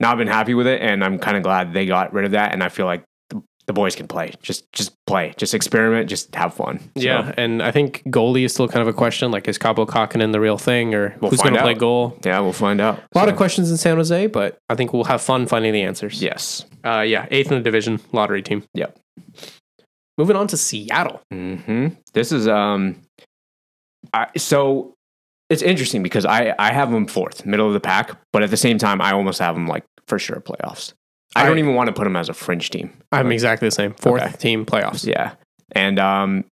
S2: not been happy with it. And I'm kind of glad they got rid of that. And I feel like the, the boys can play. Just, just play. Just experiment. Just have fun. So,
S1: yeah, and I think goalie is still kind of a question. Like, is Cabo Kakinen the real thing, or
S2: We'll
S1: who's going to
S2: find
S1: play
S2: out.
S1: goal?
S2: yeah, we'll find out.
S1: A lot of
S2: So,
S1: questions in San Jose, but I think we'll have fun finding the answers.
S2: yes.
S1: Uh, yeah, eighth in the division, lottery team.
S2: Yep.
S1: Moving on to Seattle.
S2: hmm This is um, I, so it's interesting because I I have them fourth, middle of the pack, but at the same time, I almost have them like for sure playoffs. I, don't
S1: I-
S2: even want to put them as a fringe team.
S1: I'm exactly the same. Fourth
S2: Okay.
S1: team playoffs.
S2: Yeah, and um,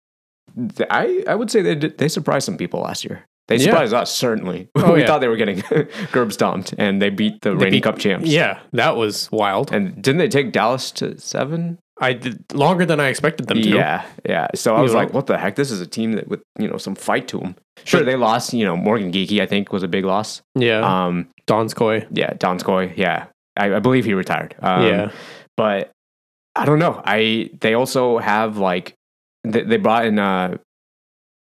S2: th- I I would say they did, they surprised some people last year. They
S1: Yeah.
S2: surprised us certainly.
S1: Oh,
S2: we
S1: yeah.
S2: thought they were getting curb stomped, and they beat the
S1: They
S2: reigning
S1: beat-
S2: cup champs.
S1: Yeah, that was wild.
S2: and didn't they take Dallas to seven?
S1: I did longer than I expected them to.
S2: Yeah, yeah. So I
S1: You
S2: was
S1: know.
S2: like, what the heck? This is a team that with you know some fight to them. Sure, they lost. You know, Morgan Geeky I think was a big loss.
S1: yeah.
S2: Um,
S1: Donskoy.
S2: yeah, Donskoy. Yeah, I, I believe he retired. Um,
S1: yeah,
S2: but I don't know. I they also have like they, they brought in uh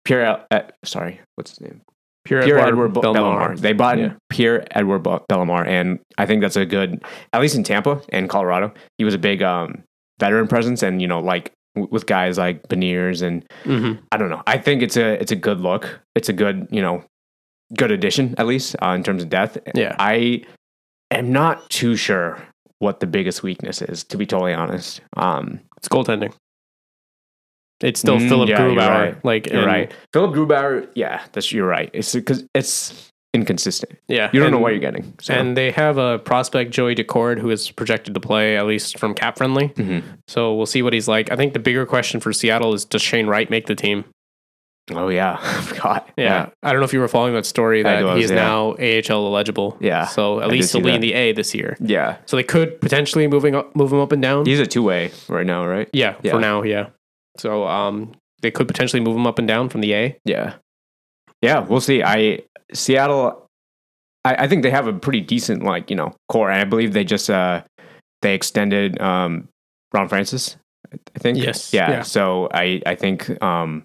S2: Pierre. El- Uh, sorry, what's his name?
S1: Pierre,
S2: Pierre
S1: Edouard
S2: Edward Belmar. They brought
S1: Yeah.
S2: in Pierre Edward Bel- Belmar, and I think that's a good, at least in Tampa and Colorado. He was a big um, veteran presence, and you know, like w- with guys like Beniers, and
S1: Mhm.
S2: I don't know. I think it's a it's a good look. It's a good you know, good addition at least uh, in terms of depth.
S1: Yeah.
S2: I am not too sure what the biggest weakness is, to be totally honest. Um,
S1: It's goaltending. It's still
S2: Mm,
S1: Philip
S2: yeah, you're
S1: Grubauer.
S2: right.
S1: Like
S2: you're
S1: and-
S2: right, Philip Grubauer. Yeah, that's you're right. It's because it's inconsistent.
S1: Yeah,
S2: You don't know
S1: and-
S2: what you're getting. So.
S1: And they have a prospect, Joey Decord, who is projected to play at least from cap friendly.
S2: Mhm.
S1: So we'll see what he's like. I think the bigger question for Seattle is does Shane Wright make the team?
S2: Oh yeah, I forgot.
S1: Yeah. I don't know if you were following that story
S2: I
S1: that
S2: was,
S1: he's
S2: yeah.
S1: now AHL eligible.
S2: Yeah,
S1: So at
S2: I did
S1: least
S2: see
S1: he'll be in
S2: that.
S1: the A this year.
S2: yeah.
S1: So they could potentially moving up, move him up and down.
S2: He's a two way right now, right?
S1: Yeah,
S2: Yeah.
S1: for now, yeah. So um, they could potentially move him up and down from the A.
S2: Yeah, yeah. We'll see. I Seattle. I, I think they have a pretty decent like you know core, and I believe they just uh they extended um Ron Francis. I think
S1: Yes,
S2: Yeah.
S1: yeah.
S2: So I I think um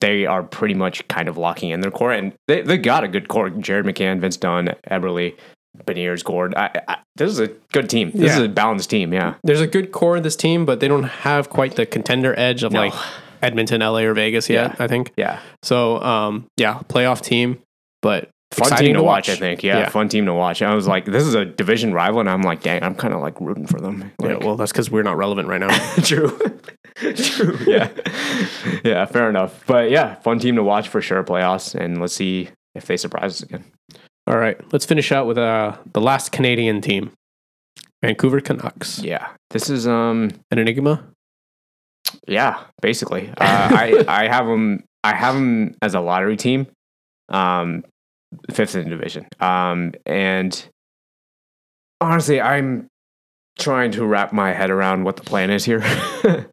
S2: they are pretty much kind of locking in their core, and they they got a good core. Jared McCann, Vince Dunn, Eberly. Beniers, Gord. I, I, this is a good team. This
S1: Yeah.
S2: is a balanced team. Yeah.
S1: There's a good core of this team, but they don't have quite the contender edge of
S2: No.
S1: like Edmonton, LA, or Vegas yet, I think.
S2: Yeah.
S1: So um, yeah, playoff team, but
S2: fun
S1: exciting
S2: team to watch, I think. Yeah,
S1: Yeah.
S2: fun team to watch. I was like, this is a division rival, and I'm like, dang, I'm kind of like rooting for them.
S1: Yeah,
S2: Like,
S1: well, that's because we're not relevant right now.
S2: true, true. Yeah, yeah, fair enough. But yeah, fun team to watch for sure. Playoffs, and let's see if they surprise us again.
S1: All right, let's finish out with uh, the last Canadian team, Vancouver Canucks.
S2: Yeah, this is um,
S1: An enigma.
S2: yeah, basically, uh, I I have them. I have them as a lottery team, um, fifth in the division. Um, and honestly, I'm trying to wrap my head around what the plan is here. I,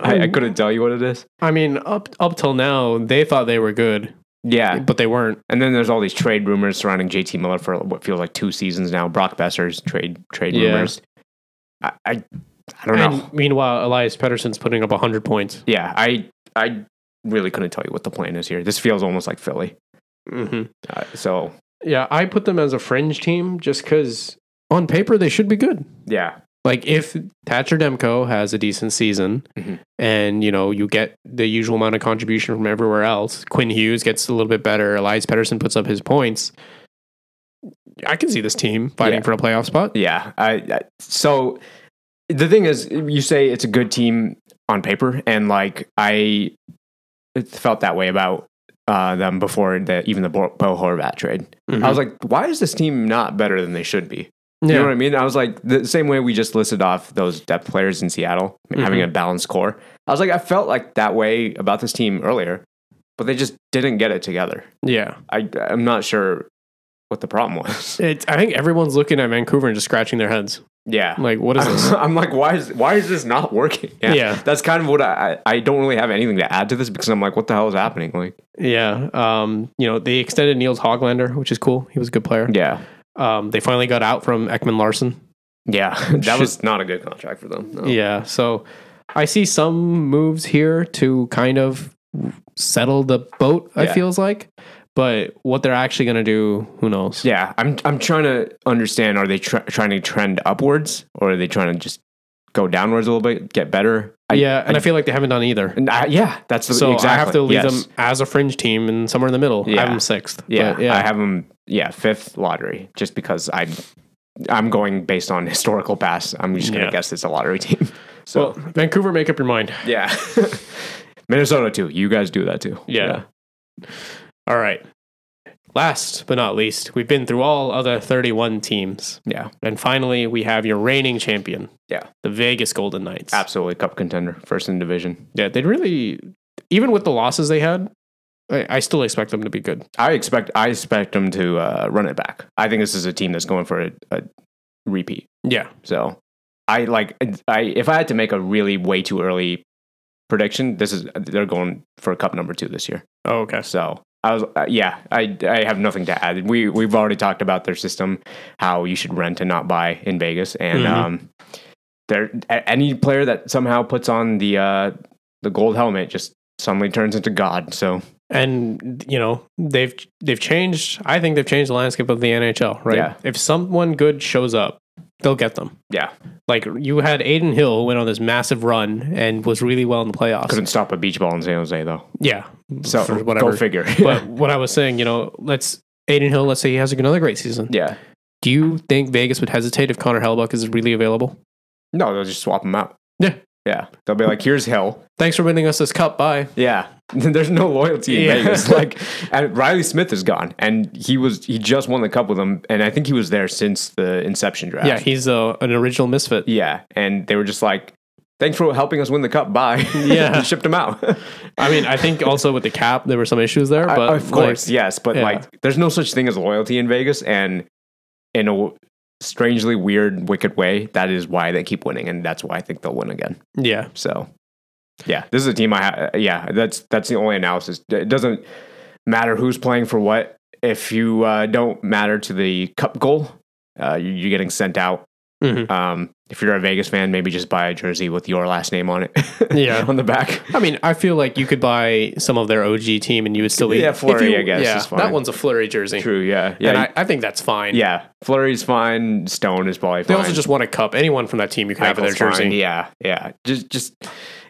S2: I I couldn't tell you what it is.
S1: I mean, up up till now, they thought they were good,
S2: Yeah,
S1: but they weren't.
S2: and then there's all these trade rumors surrounding JT Miller for what feels like two seasons now. Brock Besser's trade trade
S1: Yeah.
S2: rumors. I, I I don't know.
S1: And meanwhile, Elias Pettersson's putting up 100 points.
S2: Yeah, I I really couldn't tell you what the plan is here. This feels almost like Philly.
S1: Mm-hmm.
S2: Uh, so
S1: Yeah, I put them as a fringe team just because on paper they should be good.
S2: Yeah.
S1: Like if Thatcher Demko has a decent season
S2: Mhm.
S1: and you know you get the usual amount of contribution from everywhere else, Quinn Hughes gets a little bit better, Elias Pettersson puts up his points. I can see this team fighting
S2: Yeah.
S1: for a playoff spot.
S2: Yeah. I, I, so the thing is, you say it's a good team on paper, and like I felt that way about uh, them before the even the Bo, Bo Horvat trade. I was like, why is this team not better than they should be? You know what I mean? I was like, the same way we just listed off those depth players in Seattle having a balanced core. I was like, I felt like that way about this team earlier, but they just didn't get it together.
S1: yeah.
S2: I, I'm not sure what the problem was.
S1: It's, I think everyone's looking at Vancouver and just scratching their heads.
S2: yeah.
S1: Like, what is this?
S2: I'm like, why is why is this not working?
S1: Yeah.
S2: that's kind of what I I I don't really have anything to add to this because I'm like, what the hell is happening? Like,
S1: yeah. Um, you know, they extended Niels Hoglander, which is cool. He was a good player.
S2: yeah,
S1: Um, they finally got out from Ekman Larson.
S2: yeah, that was not a good contract for them. no.
S1: Yeah. So I see some moves here to kind of settle the boat,
S2: Yeah.
S1: it feels like. But what they're actually going to do, who knows?
S2: yeah. I'm I'm trying to understand. Are they tr- trying to trend upwards or are they trying to just go downwards a little bit, get better? I,
S1: yeah. And I, feel like they haven't done either.
S2: and I- yeah, that's the,
S1: So
S2: exactly.
S1: I have to leave
S2: yes.
S1: them as a fringe team and somewhere in the middle. I
S2: Yeah.
S1: have them sixth.
S2: Yeah,
S1: But yeah.
S2: I have them. Yeah, fifth lottery, just because I'm I'm going based on historical past. I'm just gonna
S1: Yeah.
S2: guess it's a lottery team.
S1: So Vancouver, make up your mind.
S2: Yeah. Minnesota too. You guys do that too.
S1: Yeah. All right. Last but not least, we've been through all other 31 teams.
S2: Yeah.
S1: And finally, we have your reigning champion.
S2: Yeah.
S1: The Vegas Golden Knights.
S2: Absolutely. Cup contender. First in division.
S1: Yeah, they really, even with the losses they had, I, I still expect them to be good.
S2: I expect I expect them to uh, run it back. I think this is a team that's going for a, a repeat.
S1: Yeah.
S2: So I like I if I had to make a really way too early prediction, this is they're going for cup number two this year.
S1: Oh, okay.
S2: So I was uh, yeah I I have nothing to add. We we've already talked about their system, how you should rent and not buy in Vegas, and
S1: Mhm.
S2: um, there a- any player that somehow puts on the uh the gold helmet just suddenly turns into god. So
S1: And you know they've they've changed. I think they've changed the landscape of the NHL. Right.
S2: Yeah.
S1: If someone good shows up, they'll get them.
S2: yeah,
S1: Like you had Aiden Hill went on this massive run and was really well in the playoffs.
S2: couldn't stop a beach ball in San Jose though.
S1: Yeah.
S2: So
S1: for whatever.
S2: go figure.
S1: But what I was saying, you know, let's Aiden Hill. Let's say he has another great season.
S2: yeah.
S1: Do you think Vegas would hesitate if Connor Hellebuck is really available?
S2: No, they'll just swap them out.
S1: Yeah.
S2: Yeah. They'll be like, here's Hill.
S1: Thanks for winning us this cup. Bye.
S2: Yeah. There's no loyalty in
S1: Yeah.
S2: Vegas. Like and Riley Smith is gone. And he was he just won the cup with them. And I think he was there since the inception draft.
S1: Yeah, he's uh, an original misfit.
S2: Yeah. And they were just like, Thanks for helping us win the cup. Bye.
S1: Yeah.
S2: And shipped him out.
S1: I mean, I think also with the cap there were some issues there, but
S2: I- of course, yes. But
S1: yeah.
S2: like there's no such thing as loyalty in Vegas and in a strangely weird, wicked way, that is why they keep winning, and that's why I think they'll win again.
S1: like, yeah,
S2: So, yeah, this is a team I ha- yeah, that's that's the only analysis. It doesn't matter who's playing for what. If you uh, don't matter to the cup goal, uh, you- you're getting sent out.
S1: Mhm.
S2: Um, if you're a Vegas fan, maybe just buy a jersey with your last name on it.
S1: Yeah.
S2: on the back.
S1: I mean, I feel like you could buy some of their OG team and you would still be
S2: Yeah, Fleury,
S1: if you-
S2: I guess,
S1: Yeah,
S2: is fine.
S1: that one's a Flurry jersey,
S2: True. Yeah. Yeah.
S1: and I, I think that's fine.
S2: yeah. Flurry's fine. Stone is probably
S1: they
S2: fine.
S1: also just won a cup. Anyone from that team you can have in their
S2: Michael's fine.
S1: jersey.
S2: Yeah, yeah. Just, just,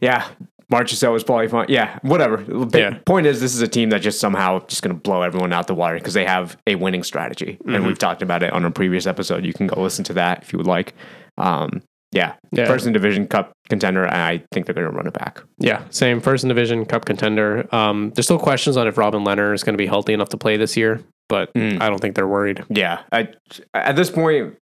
S2: yeah. Marchessault was probably fine. Yeah, whatever. The
S1: Yeah.
S2: point is, this is a team that just somehow just going to blow everyone out the water because they have a winning strategy,
S1: Mm-hmm.
S2: and we've talked about it on a previous episode. You can go listen to that if you would like. Um, yeah.
S1: Yeah.
S2: first in division cup contender, and I think they're going to run it back.
S1: Yeah, same. First in division, cup contender. Um, there's still questions on if Robin Leonard is going to be healthy enough to play this year, but
S2: Mm.
S1: I don't think they're worried.
S2: Yeah, I, at this point,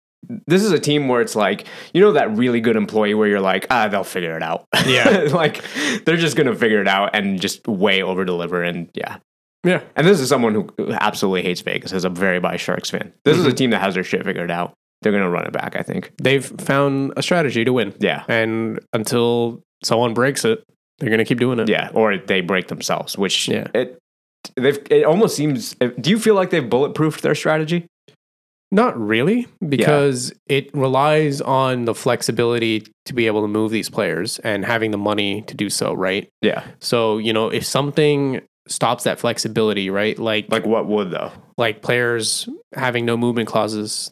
S2: this is a team where it's like you know that really good employee where you're like ah they'll figure it out.
S1: Yeah.
S2: like they're just going to figure it out and just way over deliver, and yeah.
S1: Yeah,
S2: And this is someone who absolutely hates Vegas as a very bi Sharks fan. This
S1: Mhm.
S2: is a team that has their shit figured out. They're going to run it back, I think.
S1: they've found a strategy to win,
S2: Yeah.
S1: and until someone breaks it, they're going to keep doing it.
S2: Yeah. Or they break themselves, which
S1: Yeah.
S2: it, they've, it almost seems. Do you feel like they've bulletproofed their strategy?
S1: Not really, because it relies on the flexibility to be able to move these players and having the money to do so, right?
S2: Yeah.
S1: So, you know, if something stops that flexibility, right? Like like,
S2: Like what would, though?
S1: players having no movement clauses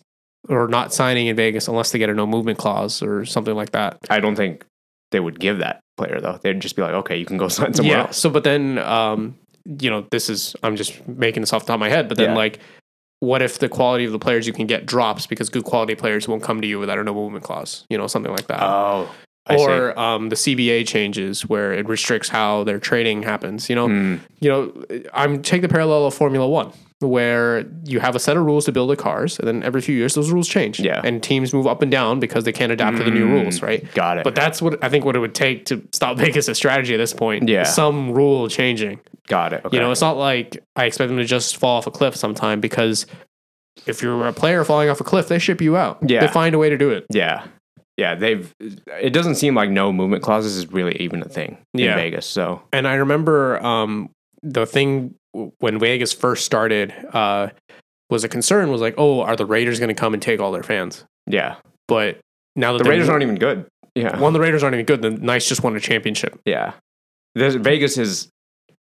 S1: or not signing in Vegas unless they get a no movement clause or something like that.
S2: I don't think they would give that player, though. They'd just be like, okay, you can go sign somewhere else.
S1: So but then um, you know, this is I'm just making this off the top of my head, but then
S2: Yeah.
S1: like what if the quality of the players you can get drops because good quality players won't come to you without a no movement clause, you know, something like that.
S2: Oh. I see.
S1: or um, the CBA changes where it restricts how their trading happens. You know,
S2: Mm,
S1: you know, I'm take the parallel of Formula One where you have a set of rules to build the cars, and then every few years those rules change.
S2: Yeah.
S1: and teams move up and down because they can't adapt to the new
S2: Mm.
S1: rules, right?
S2: got it.
S1: But that's what I think what it would take to stop Vegas' strategy at this point.
S2: Yeah.
S1: some rule changing.
S2: got it. Okay.
S1: You know, it's not like I expect them to just fall off a cliff sometime because. If you're a player falling off a cliff, they ship you out.
S2: Yeah.
S1: They find a way to do it.
S2: Yeah. Yeah, they've. It doesn't seem like no movement clauses is really even a thing
S1: Yeah.
S2: in Vegas. So
S1: and I remember um, the thing w- when Vegas first started uh, was a concern was like, oh, are the Raiders going to come and take all their fans?
S2: yeah,
S1: But now that
S2: the
S1: they're-
S2: Raiders aren't even good. Yeah,
S1: one, the Raiders aren't even good. The Knights just won a championship.
S2: yeah. There's, Vegas has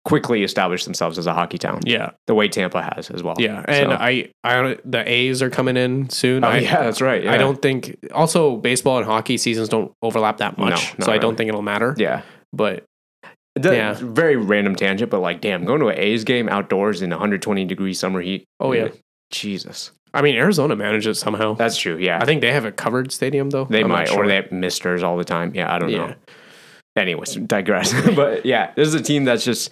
S2: quickly established themselves as a hockey town,
S1: Yeah,
S2: the way Tampa has as well.
S1: yeah. And
S2: So-
S1: I, I, the A's are coming in soon.
S2: Oh,
S1: I,
S2: yeah, that's right.
S1: I
S2: yeah.
S1: don't think. Also, baseball and hockey seasons don't overlap that
S2: No,
S1: much,
S2: not
S1: so I don't
S2: really.
S1: think it'll matter.
S2: Yeah,
S1: But
S2: That-
S1: Yeah.
S2: Very random tangent, but like, damn, going to an A's game outdoors in 120 degree summer heat.
S1: oh yeah,
S2: Jesus.
S1: I mean, Arizona manages somehow.
S2: That's true. Yeah,
S1: I think they have a covered stadium though.
S2: they
S1: I'm not
S2: might,
S1: sure.
S2: or they have misters all the time. Yeah, I don't
S1: Yeah.
S2: know. Anyways, digress. but yeah, this is a team that's just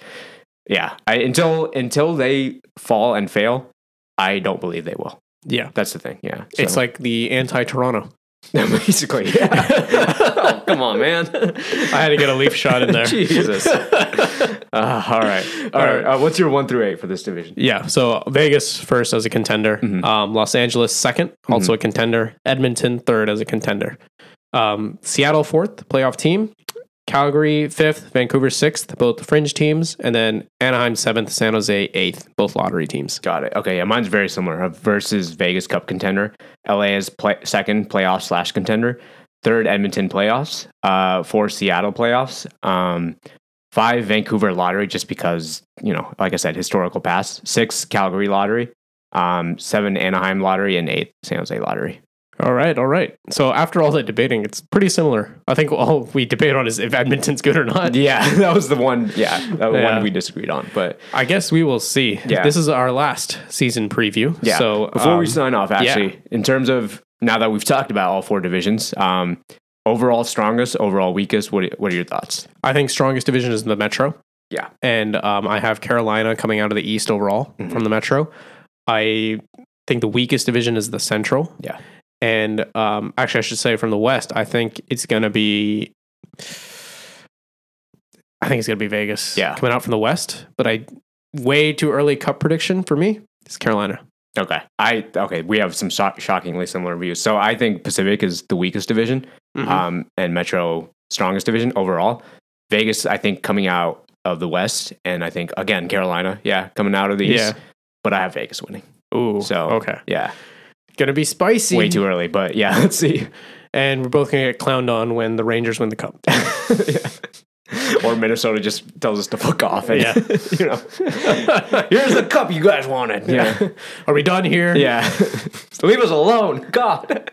S2: yeah. I, until until they fall and fail, I don't believe they will.
S1: Yeah,
S2: That's the thing. Yeah,
S1: it's like the anti-Toronto.
S2: basically. Yeah. oh, come on, man.
S1: I had to get a leaf shot in there.
S2: Jesus. Uh, all right. All right. Uh, what's your one through eight for this division?
S1: Yeah, so Vegas first as a contender, um, Los Angeles second, also a contender, Edmonton third as a contender, um, Seattle fourth, playoff team, Calgary fifth, Vancouver sixth, both fringe teams, and then Anaheim seventh, San Jose eighth, both lottery teams.
S2: Got it. Okay. Yeah. Mine's very similar. Uh, versus Vegas Cup contender. LA is play- second playoff slash contender. Third, Edmonton playoffs. Uh, four, Seattle playoffs. Um, five, Vancouver lottery, just because, you know, like I said, historical past. Six, Calgary lottery. Um, seven, Anaheim lottery. And eight, San Jose lottery.
S1: All right, all right. So after all that debating, it's pretty similar. I think all we debate on is if Edmonton's good or not.
S2: Yeah. That was the one. Yeah. The
S1: Yeah.
S2: one we disagreed on. But
S1: I guess we will see.
S2: Yeah.
S1: This is our last season preview.
S2: Yeah.
S1: So
S2: before we
S1: um,
S2: sign off, actually, in terms of now that we've talked about all four divisions, um, overall strongest, overall weakest. What what are your thoughts?
S1: I think strongest division is the Metro.
S2: Yeah.
S1: And um, I have Carolina coming out of the East overall
S2: Mm-hmm.
S1: from the Metro. I think the weakest division is the Central.
S2: Yeah.
S1: And um, actually, I should say from the West, I think it's going to be. I think it's going to be Vegas.
S2: Yeah.
S1: Coming out from the West, but I way too early cup prediction for me is Carolina.
S2: Okay, I okay. We have some sho- shockingly similar views. So I think Pacific is the weakest division,
S1: Mm-hmm. Uh,
S2: um, and Metro strongest division overall. Vegas, I think, coming out of the West, and I think again Carolina, yeah, coming out of the East.
S1: Yeah.
S2: But I have Vegas winning.
S1: Ooh.
S2: So
S1: okay.
S2: yeah,
S1: Going to be spicy.
S2: way too early, but yeah, let's see.
S1: And we're both going to get clowned on when the Rangers win the cup.
S2: Or Minnesota just tells us to fuck off. And,
S1: Yeah.
S2: you know, here's the cup you guys wanted.
S1: Yeah. Are we done here?
S2: Yeah. Leave us alone. God.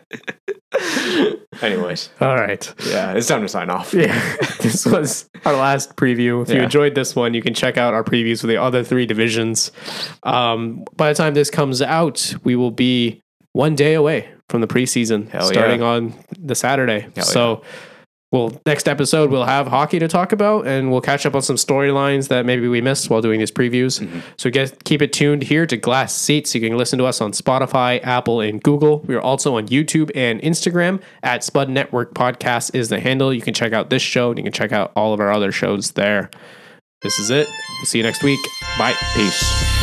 S2: Anyways,
S1: All right.
S2: yeah, it's time to sign off.
S1: Yeah, this was our last preview. If you
S2: Yeah.
S1: enjoyed this one, you can check out our previews for the other three divisions. Um, by the time this comes out, we will be one day away from the preseason,
S2: Hell yeah.
S1: starting on the Saturday.
S2: Hell
S1: so, we'll next episode we'll have hockey to talk about, and we'll catch up on some storylines that maybe we missed while doing these previews. So, get keep it tuned here to Glass Seats. You can listen to us on Spotify, Apple, and Google. We are also on YouTube and Instagram at Spud Network Podcast is the handle. You can check out this show, and you can check out all of our other shows there. This is it. We'll see you next week. Bye. Peace.